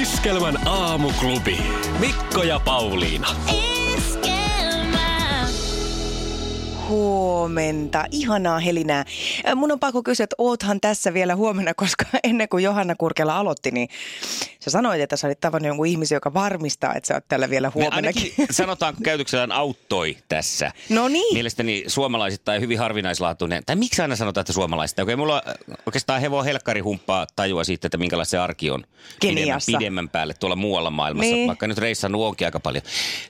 Iskelmän aamuklubi. Mikko ja Pauliina. Iskelmä. Huomenta. Ihanaa Helinää. Äh, Mun on pakko kysyä, että oothan tässä vielä huomenna, koska ennen kuin Johanna Kurkela aloitti, niin sä sanoit, että sä olit tavannut jonkun ihmisen, joka varmistaa, että sä oot täällä vielä Me huomennakin. ainakin sanotaan käytöksellään auttoi tässä. No niin. Mielestäni suomalaisittain hyvin harvinaislaatuinen. Tai miksi aina sanotaan, että suomalaisista? Okei, mulla on oikeastaan hevon helkkarihumppaa tajua siitä, että minkälaista se arki on pidemmän, Keniassa. pidemmän päälle tuolla muualla maailmassa, Niin. vaikka nyt reissannut onkin aika paljon.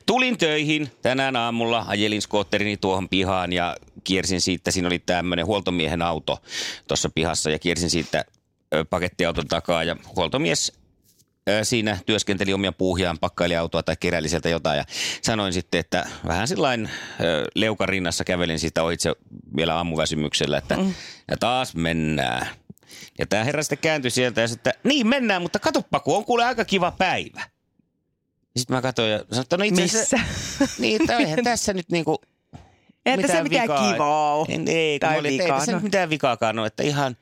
Tulin töihin tänään aamulla, ajelin skootterini tuohon pihaan ja kiersin siitä, siinä oli tämmöinen huoltomiehen auto tuossa pihassa ja kiersin siitä ö, pakettiauton takaa ja huoltomies ö, siinä työskenteli omia puuhiaan, pakkaili autoa tai keräili sieltä jotain. Ja sanoin sitten, että vähän sillain ö, leukan rinnassa kävelin siitä ohitse vielä aamuväsymyksellä, että mm. ja taas mennään. Ja tämä herra sitten kääntyi sieltä ja sanoi, että niin mennään, mutta katoppa, kun on kuule aika kiva päivä. Sitten mä katsoin ja sanoin, että no itse asiassa, Missä? niin, että eihän tässä nyt niinku Ei tässä mitään kivaa oo. Ei, Niin, ei, Tai tai oli, vikaa, ei vikaa, tässä no. no. mitään vikaakaan ole, että ihan,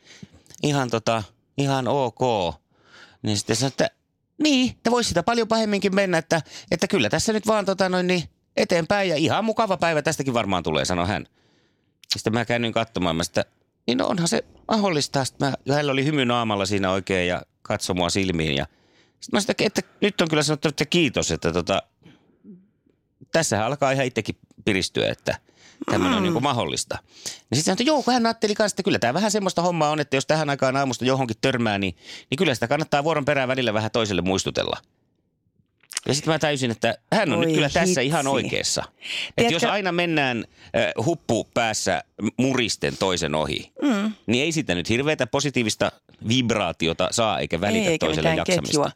ihan, tota, ihan ok. Niin sitten sanoin, että niin, että voisi sitä paljon pahemminkin mennä, että, että kyllä tässä nyt vaan tota, noin, niin eteenpäin ja ihan mukava päivä tästäkin varmaan tulee, sanoi hän. Sitten mä käännyin katsomaan, mä sitä, niin no onhan se mahdollista. Sitten mä, hänellä oli hymy naamalla siinä oikein ja katsoi mua silmiin. Ja, sitten mä sitä, että nyt on kyllä sanottu, että kiitos, että tota, tässähän alkaa ihan itsekin piristyä, että tämmöinen Mm. on niin kuin mahdollista. Niin sitten sanoi, että joo, kun hän ajatteli kanssa, että kyllä tämä vähän semmoista hommaa on, että jos tähän aikaan aamusta johonkin törmää, niin, niin kyllä sitä kannattaa vuoron perään välillä vähän toiselle muistutella. Ja sitten mä täysin, että hän on Voi nyt kyllä tässä hitsi. ihan oikeassa. Että Tiedätkö- jos aina mennään äh, huppu päässä muristen toisen ohi, mm. niin ei sitä nyt hirveätä positiivista vibraatiota saa eikä välitä eikä toiselle mitään jaksamista. ketjua.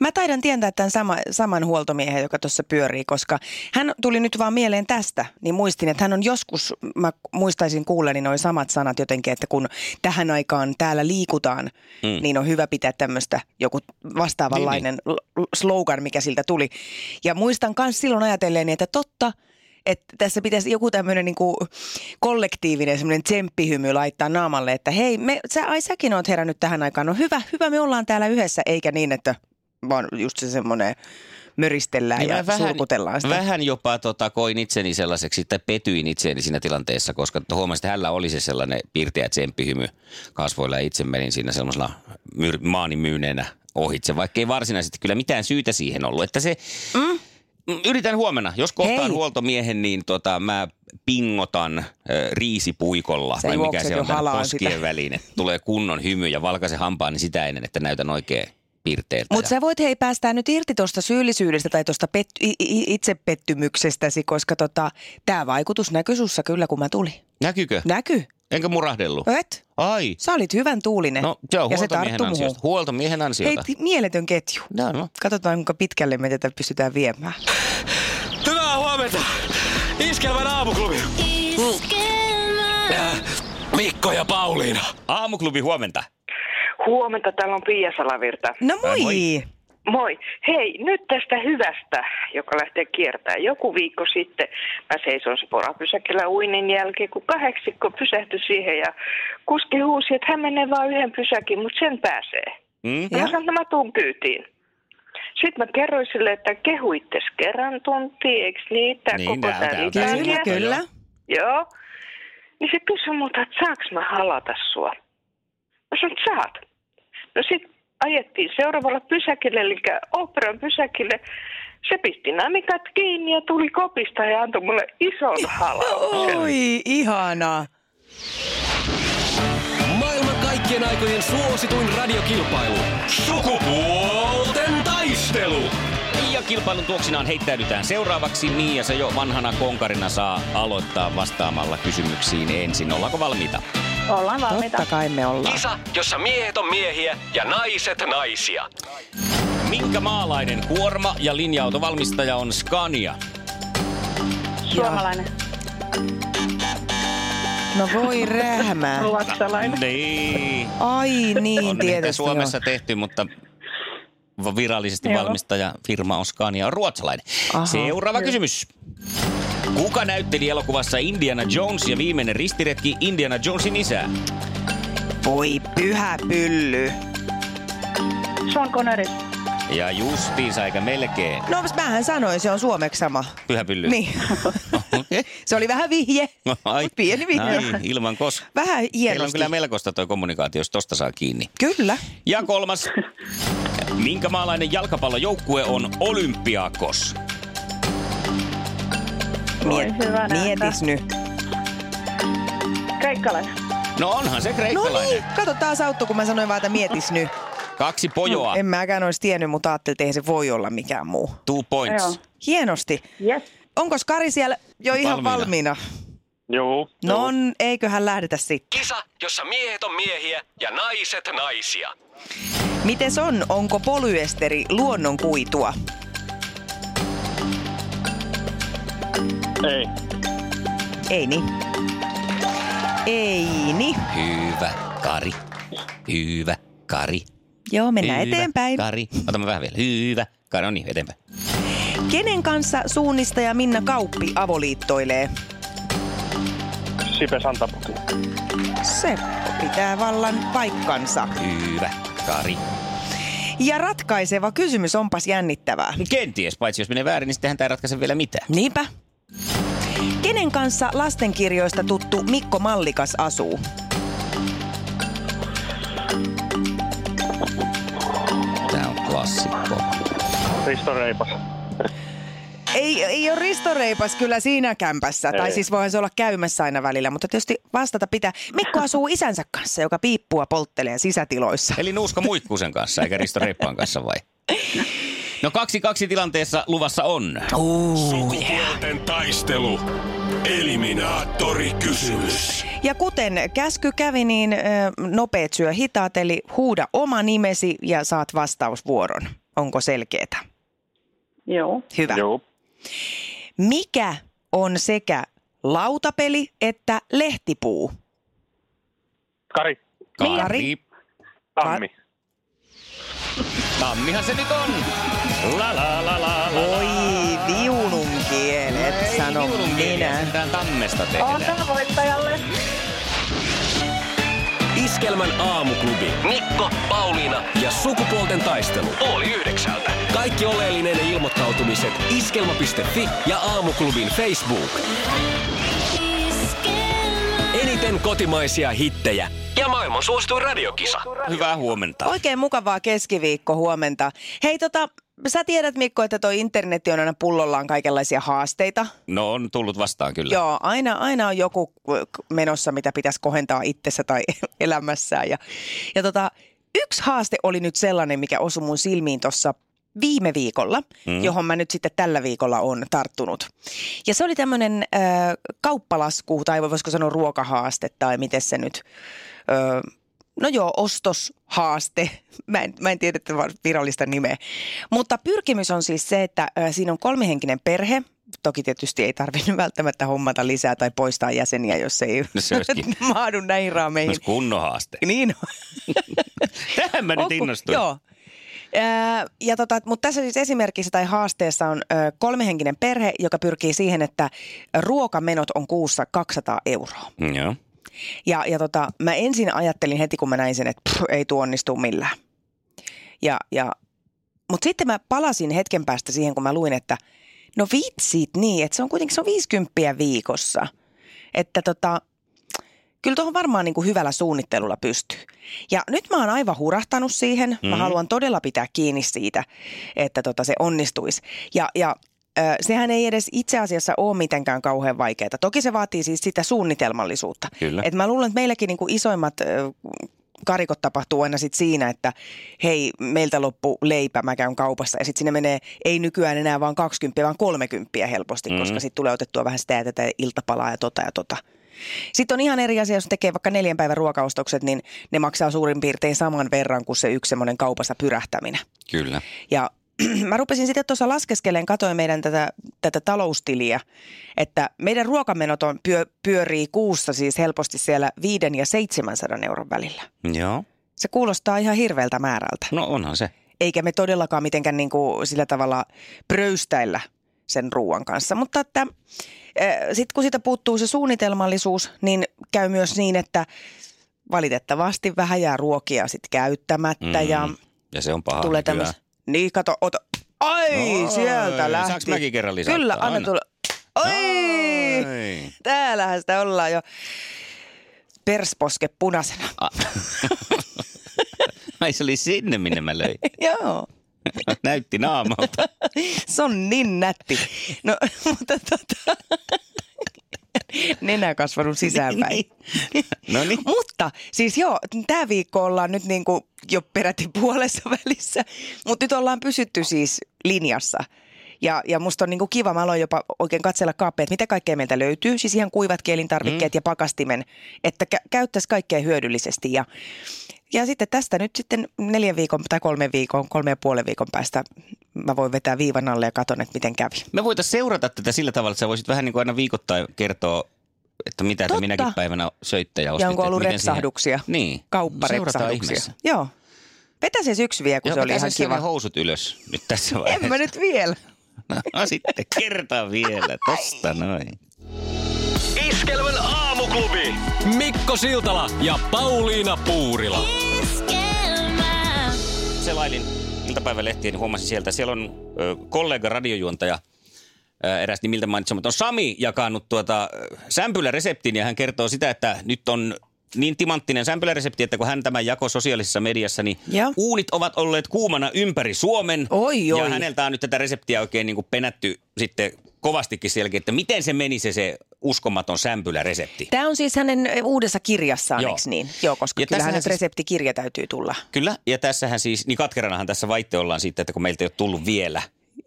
Mä taidan tietää tämän sama, saman huoltomiehen, joka tuossa pyörii, koska hän tuli nyt vaan mieleen tästä, niin muistin, että hän on joskus, mä muistaisin kuulleni noin samat sanat jotenkin, että kun tähän aikaan täällä liikutaan, mm. niin on hyvä pitää tämmöistä joku vastaavanlainen niin, niin. slogan, mikä siltä tuli. Ja muistan myös silloin ajatelleeni, että totta, että tässä pitäisi joku tämmöinen niinku kollektiivinen semmoinen tsemppihymy laittaa naamalle, että hei, me, sä, ai säkin oot herännyt tähän aikaan. No hyvä, hyvä, me ollaan täällä yhdessä, eikä niin, että vaan just se semmoinen möristellään Niin ja mä surkutellaan sitä. Vähän jopa tota, koin itseni sellaiseksi, tai petyin itseeni siinä tilanteessa, koska to- huomasin, että hänellä oli se sellainen pirteä tsemppihymy kasvoilla ja itse menin siinä sellaisella myr- maanimyyneenä ohitse, vaikka ei varsinaisesti kyllä mitään syytä siihen ollut. Että se, mm. Yritän huomenna, jos kohtaan Hei. huoltomiehen, niin tota, mä pingotan äh, riisipuikolla, Sä vai mikä juokset se jo on tämän halaan poskien sitä. väliin, että tulee kunnon hymy ja valkaisen hampaan, niin sitä ennen, että näytän oikein piirteeltä. Mutta ja- sä voit hei päästää nyt irti tuosta syyllisyydestä tai tuosta pet- i- i- itsepettymyksestäsi, koska tota, tämä vaikutus näkyi sussa kyllä, kun mä tulin. Näkyykö? Näky. Enkä murahdellut. Et? Ai. Sä olit hyvän tuulinen. No, se on Eh, ja se huoltomiehen tarttu ansiosta. muuhun. Huoltomiehen Hei, ansiota. t- mieletön ketju. No, no. Katsotaan, kuinka pitkälle me tätä pystytään viemään. Hyvää huomenta. Iskelmän aamuklubi. Iskelmä. Äh, Mikko ja Pauliina. Aamuklubi huomenta. Huomenta, täällä on Pia Salavirta. No moi! Ai, moi. moi. Äh, Moi. Hei, nyt tästä hyvästä, joka lähtee kiertämään. Joku viikko sitten mä seison sporapysäkillä uinin jälkeen, kun kahdeksikko pysähtyi siihen ja kuski huusi, että hän menee vaan yhden pysäkin, mutta sen pääsee. Mm? Ja Ja? mä sanoin, että mä tuun kyytiin. Sitten mä kerroin sille, että kehuittes kerran tunti, eikö niin, tää Niin, koko tää- tää tää on tää Kyllä, litangia. juttu, kyllä. Joo. Niin se kysyi multa, että saaks mä halata sua. Mä sanoin, että saat. No sit ajettiin seuraavalla pysäkille, eli operan pysäkille. Se pisti namikat kiinni ja tuli kopista ja antoi mulle ison halauksen. Oi, ihanaa. Maailman kaikkien aikojen suosituin radiokilpailu. Sukupuolten taistelu. Ja kilpailun tuoksinaan heittäydytään seuraavaksi. Mia, se jo vanhana konkarina saa aloittaa vastaamalla kysymyksiin ensin. Ollaanko valmiita? Totta kai me ollaan. Kisa, jossa miehet on miehiä ja naiset naisia. Minkä maalainen kuorma- ja linja-autovalmistaja on Scania? Suomalainen. No voi rähmää. Ruotsalainen. Niin. Ai niin, On niitä tietysti. Suomessa tehty, mutta va- virallisesti Joo. valmistaja firma on Scania on ruotsalainen. Aha. Seuraava kysymys. Kuka näytteli elokuvassa Indiana Jones ja viimeinen ristiretki Indiana Jonesin isää? Joo. Voi pyhä pylly. Sean Connery. Ja justiinsa eikä melkein. No mähän sanoin, se on suomeksi sama. Pyhäpylly. Niin. se oli vähän vihje, No, Ai, mut pieni vihje. Ai, ilman kos. Vähän Teillä on hienosti. kyllä melkoista toi kommunikaatio, jos tosta saa kiinni. Kyllä. Ja kolmas. Minkä maalainen jalkapallojoukkue on Olympiakos? Voi Miet- hyvänä Niin, Mietis nyt. aika. Kreikkalainen. No onhan se No niin, kreikkalainen. kato taas auttoi, kun mä sanoin vaan, että mietis nyt. Kaksi pojoa. En mäkään olisi tiennyt, mutta ajattelin, että eihän se voi olla mikään muu. Two points. Joo. Hienosti. Yes. Onko Kari siellä jo ihan Valmiina. valmiina? Joo. No on, eiköhän lähdetä sitten. Kisa, jossa miehet on miehiä ja naiset naisia. Mites on, onko polyesteri luonnonkuitua? Ei. Ei niin. Ei niin. Hyvä, Kari. Hyvä, Kari. Joo, mennään Hyvä, eteenpäin. Kari. Otamme vähän vielä. Hyvä. Kari, no niin, eteenpäin. Kenen kanssa suunnistaja Minna Kauppi avoliittoilee? Sipe Santapuki. Se pitää vallan paikkansa. Hyvä, Kari. Ja ratkaiseva kysymys, onpas jännittävää. No Kenties, paitsi jos menee väärin, niin sittenhän tämä ei ratkaise vielä mitään. Niinpä. Kenen kanssa lastenkirjoista tuttu Mikko Mallikas asuu? Tämä on klassikko. Risto Reipas. Ei, ei ole Risto Reipas kyllä siinä kämpässä. Ei. Tai Ei. siis voihan se olla käymässä aina välillä, mutta tietysti vastata pitää. Mikko asuu isänsä kanssa, joka piippua polttelee sisätiloissa. Eli Nuuska Muikkusen kanssa, eikä Risto Reippaan kanssa vai? No kaksi kaksi tilanteessa luvassa on. Sukupuolten taistelu. Eliminaattori kysymys. Ja kuten käsky kävi, niin ö, nopeet syö hitaat, eli huuda oma nimesi ja saat vastausvuoron. Onko selkeetä? Joo. Hyvä. Joo. Mikä on sekä lautapeli että lehtipuu? Kari. Kari. Tammi. Tammihan se nyt on. La la la la la. Oi, viunun kielet, sano minä. Tämän tammesta tehdään. Ota voittajalle. Iskelmän aamuklubi. Mikko, Pauliina ja sukupuolten taistelu. Oli yhdeksältä. Kaikki oleellinen ilmoittautumiset iskelma.fi ja aamuklubin Facebook. Eniten kotimaisia hittejä ja maailman suosituin radiokisa. Hyvää huomenta. Oikein mukavaa keskiviikko huomenta. Hei tota, sä tiedät Mikko, että toi internetti on aina pullollaan kaikenlaisia haasteita. No on tullut vastaan kyllä. Joo, aina, aina on joku äh, k- menossa, mitä pitäisi kohentaa itsessä tai elämässään. Ja, ja tota, yksi haaste oli nyt sellainen, mikä osui mun silmiin tuossa viime viikolla, mm. johon mä nyt sitten tällä viikolla on tarttunut. Ja se oli tämmöinen äh, kauppalasku, tai voisiko sanoa ruokahaaste, tai miten se nyt... Ö, no joo, ostoshaaste. Mä en, mä en tiedä että var- virallista nimeä. Mutta pyrkimys on siis se, että ö, siinä on kolmihenkinen perhe. Toki tietysti ei tarvinnut välttämättä hommata lisää tai poistaa jäseniä, jos ei No se olisikin. maadu näihin raameihin. Olisi kunnon haaste. Niin on. Tähän mä nyt Onko- niin, innostuin. Joo. Ää, Ja tota, mutta tässä siis esimerkissä tai haasteessa on ö, kolmehenkinen perhe, joka pyrkii siihen, että ruokamenot on kuussa 200 euroa. Joo. Ja, ja tota, mä ensin ajattelin heti, kun mä näin sen, että pff, ei tuo onnistu millään. Ja, ja, mutta sitten mä palasin hetken päästä siihen, kun mä luin, että no vitsit niin, että se on kuitenkin se on 50 viikossa. Että tota, kyllä tuohon varmaan niin kuin hyvällä suunnittelulla pystyy. Ja nyt mä oon aivan hurahtanut siihen. Mä Mhm. haluan todella pitää kiinni siitä, että tota se onnistuisi. Ja, ja ö, Sehän ei edes itse asiassa ole mitenkään kauhean vaikeaa. Toki se vaatii siis sitä suunnitelmallisuutta. Kyllä. Et mä luulen, että meilläkin niinku isoimmat ö, karikot tapahtuu aina sit siinä, että hei, meiltä loppu leipä, mä käyn kaupassa. Ja sitten sinne menee ei nykyään enää vaan 20, vaan 30 helposti, Mm. koska sitten tulee otettua vähän sitä ja tätä ja iltapalaa ja tota ja tota. Sitten on ihan eri asia, jos tekee vaikka neljän päivän ruokaostokset, niin ne maksaa suurin piirtein saman verran kuin se yksi semmoinen kaupassa pyrähtäminen. Kyllä. Ja mä rupesin sitten tuossa laskeskeleen, katoin meidän tätä, tätä taloustiliä, että meidän ruokamenot on pyö, pyörii kuussa siis helposti siellä 5 ja 700 euron välillä. Joo. Se kuulostaa ihan hirveältä määrältä. No onhan se. Eikä me todellakaan mitenkään niin kuin sillä tavalla pröystäillä sen ruoan kanssa. Mutta että sitten kun siitä puuttuu se suunnitelmallisuus, niin käy myös niin, että valitettavasti vähän jää ruokia sitten käyttämättä mm. ja Ja se on paha. tulee nykyään. tämmöistä. Niin, kato, ota. Ai, Ah, Oi, sieltä lähti. saaks mäkin kerran lisätä? Kyllä, anna Anna. tulla. Oi, Ai. täällähän sitä ollaan jo. Persposke punaisena. A- Ai se oli sinne, minne mä löin. Joo. Näytti naamalta. Se on niin nätti. No, mutta tota, nenä kasvanut sisäänpäin. No niin. Mutta siis joo, tämä viikko ollaan nyt niin kuin jo peräti puolessa välissä, mutta nyt ollaan pysytty siis linjassa. Ja, ja musta on niin kuin kiva, mä aloin jopa oikein katsella kaappeja, että mitä kaikkea meiltä löytyy. Siis ihan kuivatkin elintarvikkeet mm. ja pakastimen, että kä- käyttäisi kaikkea hyödyllisesti. Ja, ja sitten tästä nyt sitten neljän viikon tai kolmen viikon, kolme ja puolen viikon päästä mä voin vetää viivan alle ja katon, että miten kävi. Me voitaisiin seurata tätä sillä tavalla, että sä voisit vähän niin kuin aina viikoittain kertoa, että mitä Totta. te minäkin päivänä söitte ja ostitte. Ja onko ollut että miten siihen- repsahduksia? Niin. Seurataan Kaupparepsahduksia. ihmeessä. Joo. Vetä se yksi vielä, kun Joo, se oli ihan kiva. housut ylös nyt tässä vaiheessa. En mä nyt vielä. No sitten kerta vielä, tosta noin. Iskelmän aamuklubi. Mikko Siltala ja Pauliina Puurila. esquema, Selailin iltapäivälehtiä, niin huomasin sieltä, siellä on ö, kollega radiojuontaja, ö, eräs nimiltä mainitsematon Sami jakanut tuota ö, sämpyläreseptin ja hän kertoo sitä, että nyt on niin timanttinen sämpyläresepti, että kun hän tämän jakoi sosiaalisessa mediassa, niin Joo. uunit ovat olleet kuumana ympäri Suomen. Oi, ja oi. häneltä on nyt tätä reseptiä oikein niin kuin penätty sitten kovastikin sielläkin, että miten se meni se, se uskomaton sämpyläresepti. Tämä on siis hänen uudessa kirjassaan, Joo. eikö niin? Joo, koska Ja ja kyllähän tässähän nyt siis- reseptikirja täytyy tulla. Kyllä, ja tässähän siis, niin katkeranahan tässä vaitte ollaan siitä, että kun meiltä ei ole tullut vielä.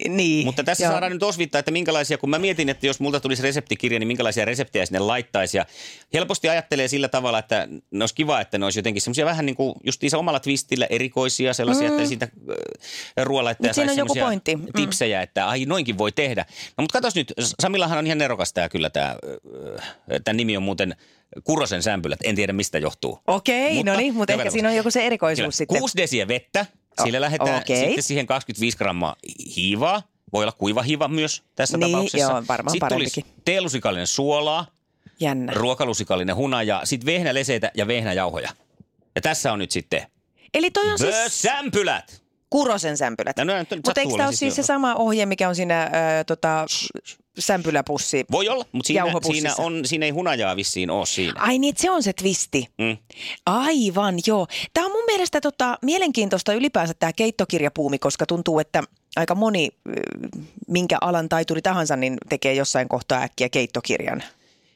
Niin. Mutta tässä joo. saadaan nyt osvittaa, että minkälaisia, kun mä mietin, että jos multa tulisi reseptikirja, niin minkälaisia reseptejä sinne laittaisi. Ja helposti ajattelee sillä tavalla, että ne olisi kiva, että ne olisi jotenkin semmoisia vähän niin kuin justiinsa omalla twistillä erikoisia sellaisia, mm. että siitä äh, ruoanlaittaja Mut siinä saisi on joku semmoisia pointti. Mm. tipsejä, että ai noinkin voi tehdä. No mutta katsos nyt, Samillahan on ihan nerokas tämä kyllä tämä, tämän nimi on muuten Kurosen sämpylät, en tiedä mistä johtuu. Okei, Mutta- no niin, mutta ehkä Hyvä siinä on joku se erikoisuus Kyllä. sitten. Kuusi desiä vettä, O- sillä lähdetään okei. sitten siihen 25 grammaa hiivaa. Voi olla kuiva hiiva myös tässä Niin, tapauksessa. joo, varmaan Sitten tulisi parempikin. teelusikallinen suolaa, Jännä. ruokalusikallinen hunaja, sitten vehnäleseitä ja vehnäjauhoja. Ja tässä on nyt sitten Eli toi on The siis sämpylät. Kurosen sämpylät. No, no, nyt sattuu Mutta eikö tämä olla ole siis siis se jo- sama ohje, mikä on siinä ö, tota, sämpyläpussi? Voi olla, mutta siinä, Jauhopussissa. siinä, on, siinä ei hunajaa vissiin ole siinä. Ai niin, että se on se twisti. Mm. Aivan, joo. Tämä on mun mielestä tota, mielenkiintoista ylipäänsä tämä keittokirjapuumi, koska tuntuu, että aika moni, ö, minkä alan taituri tahansa, niin tekee jossain kohtaa äkkiä keittokirjan.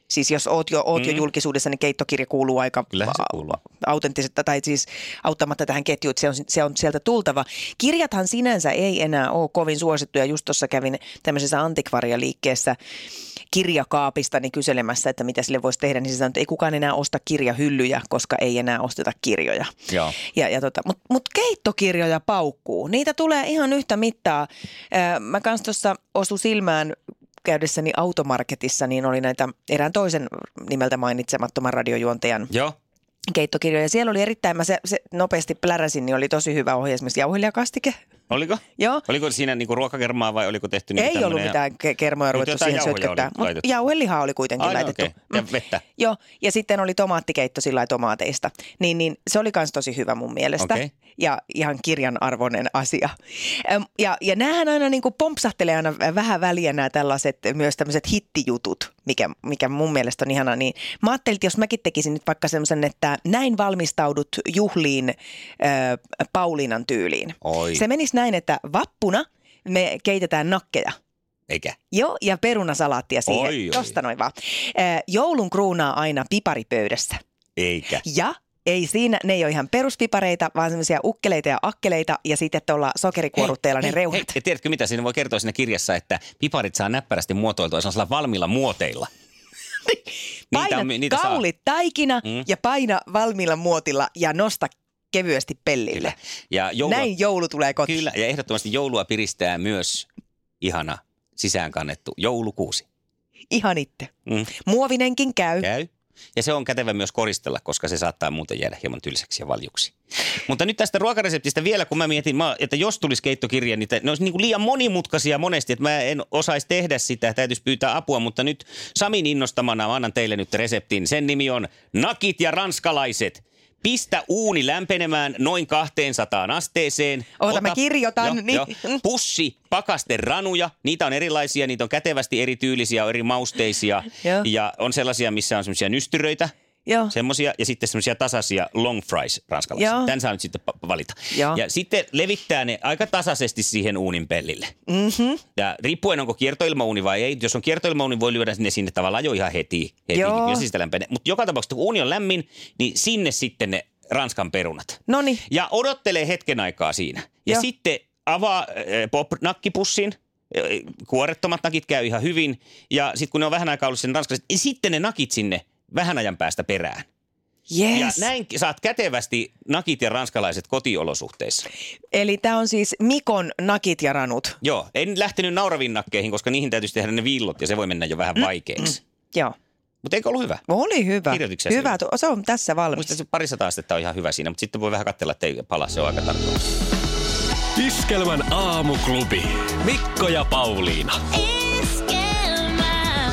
Siis jos oot jo, oot mm. jo julkisuudessa, niin keittokirja kuuluu aika Kyllähän se kuuluu. autenttisesta tai siis auttamatta tähän ketjuun, että se on, se on sieltä tultava. Kirjathan sinänsä ei enää ole kovin suosittuja. Just tuossa kävin tämmöisessä antikvarialiikkeessä kirjakaapista niin kyselemässä, että mitä sille voisi tehdä, niin se sanoi, että ei kukaan enää osta kirjahyllyjä, koska ei enää osteta kirjoja. Joo. Ja, ja tota, Mutta mut keittokirjoja paukkuu. Niitä tulee ihan yhtä mittaa. Ää, Mä kans tuossa osu silmään käydessäni automarketissa, niin oli näitä erään toisen nimeltä mainitsemattoman radiojuontajan Joo. keittokirjoja. Ja Siellä oli erittäin, mä se, se nopeasti pläräsin, niin oli tosi hyvä ohje esimerkiksi jauhelijakastike. Oliko? Joo. Oliko siinä niinku ruokakermaa vai oliko Ei tehty niinku ollut tämmönen- mitään ke- kermoja ruvettu jotain siihen jauhoja oli sötköttää. Mutta laitettu. jauhelihaa oli kuitenkin Ai, no laitettu. okei. Ja Mm. vettä. Joo, ja sitten oli tomaattikeitto sillä lailla tomaateista. Niin, niin se oli myös tosi hyvä mun mielestä. Okei. Ja ihan kirjan arvoinen asia. Öm, Ja, ja näähän aina niin kuin pompsahtelee aina vähän väliä nämä tällaiset, myös tämmöiset hittijutut, mikä, mikä mun mielestä on ihanaa. Niin mä ajattelin, että jos mäkin tekisin nyt vaikka semmoisen, että näin valmistaudut juhliin äh, Pauliinan tyyliin. Oi, Se menisi näin, että vappuna me keitetään nakkeja. eikä. Joo, ja perunasalaattia siihen. Oi, oi. Tosta noin vaan. Ö, Joulun kruunaa aina piparipöydässä. Eikä. Ja ei siinä, ne ei ole ihan peruspipareita, vaan semmoisia ukkeleita ja akkeleita ja sitten tuolla sokerikuorutteella ne Hei, reunat. hei, ja tiedätkö mitä, siinä voi kertoa siinä kirjassa, että piparit saa näppärästi muotoiltua sellaisilla valmiilla muoteilla. Paina mi- niitä, niitä saa. kaulit taikina Mm. mm. ja paina valmiilla muotilla ja nosta kevyesti pellille. Ja joulua, Näin joulu tulee kotiin. Kyllä, ja ehdottomasti joulua piristää myös ihana sisäänkannettu joulukuusi. Ihan itse. Mm. Muovinenkin käy. Käy. Ja se on kätevä myös koristella, koska se saattaa muuten jäädä hieman tylsäksi ja valjuksi. Mutta nyt tästä ruokareseptistä vielä, kun mä mietin, mä- että jos tulisi keittokirja, niin tä- ne olisi niin kuin liian monimutkaisia monesti, että mä en osaisi tehdä sitä, täytyisi pyytää apua, mutta nyt Samin innostamana mä annan teille nyt reseptin. Sen nimi on Nakit ja ranskalaiset. Pistä uuni lämpenemään noin 200 asteeseen. Oota, mä kirjoitan, niin. Pussi, pakasteranuja, niitä on erilaisia, niitä on kätevästi erityylisiä, on eri mausteisia. Joo. ja on sellaisia, missä on semmoisia nystyröitä, Joo. semmoisia, ja sitten semmoisia tasaisia long fries ranskalaisia. Joo. Tän saa nyt sitten pa- valita. Joo. Ja sitten levittää ne aika tasaisesti siihen uunin pellille. Mm-hmm. Ja riippuen onko kiertoilmauuni vai ei, jos on kiertoilmauuni, voi lyödä ne sinne tavallaan jo ihan heti, heti Joo. jos sitä lämpenee. Mutta joka tapauksessa, kun uuni on lämmin, niin sinne sitten ne ranskan perunat. Noniin. Ja odottelee hetken aikaa siinä. Ja Joo. sitten avaa äh, pop-nakkipussin, äh, kuorettomat nakit käy ihan hyvin. Ja sitten kun ne on vähän aikaa ollut sen ranskalaiset, niin sitten ne nakit sinne vähän ajan päästä perään. Yes. Ja näin saat kätevästi nakit ja ranskalaiset kotiolosuhteissa. Eli tämä on siis Mikon nakit ja ranut. Joo, en lähtenyt nauraviin nakkeihin, koska niihin täytyisi tehdä ne villot ja se voi mennä jo Mm. vähän vaikeaksi. Joo. Mutta eikö ollut hyvä? Oli hyvä. Kirjoititko sä Hyvä, sen? tu- se on tässä valmis. Muistaakseni parisata astetta on ihan hyvä siinä, mutta sitten voi vähän katsella, että ei pala, se on aika tarkka. Iskelmän aamuklubi. Mikko ja Pauliina. esquema,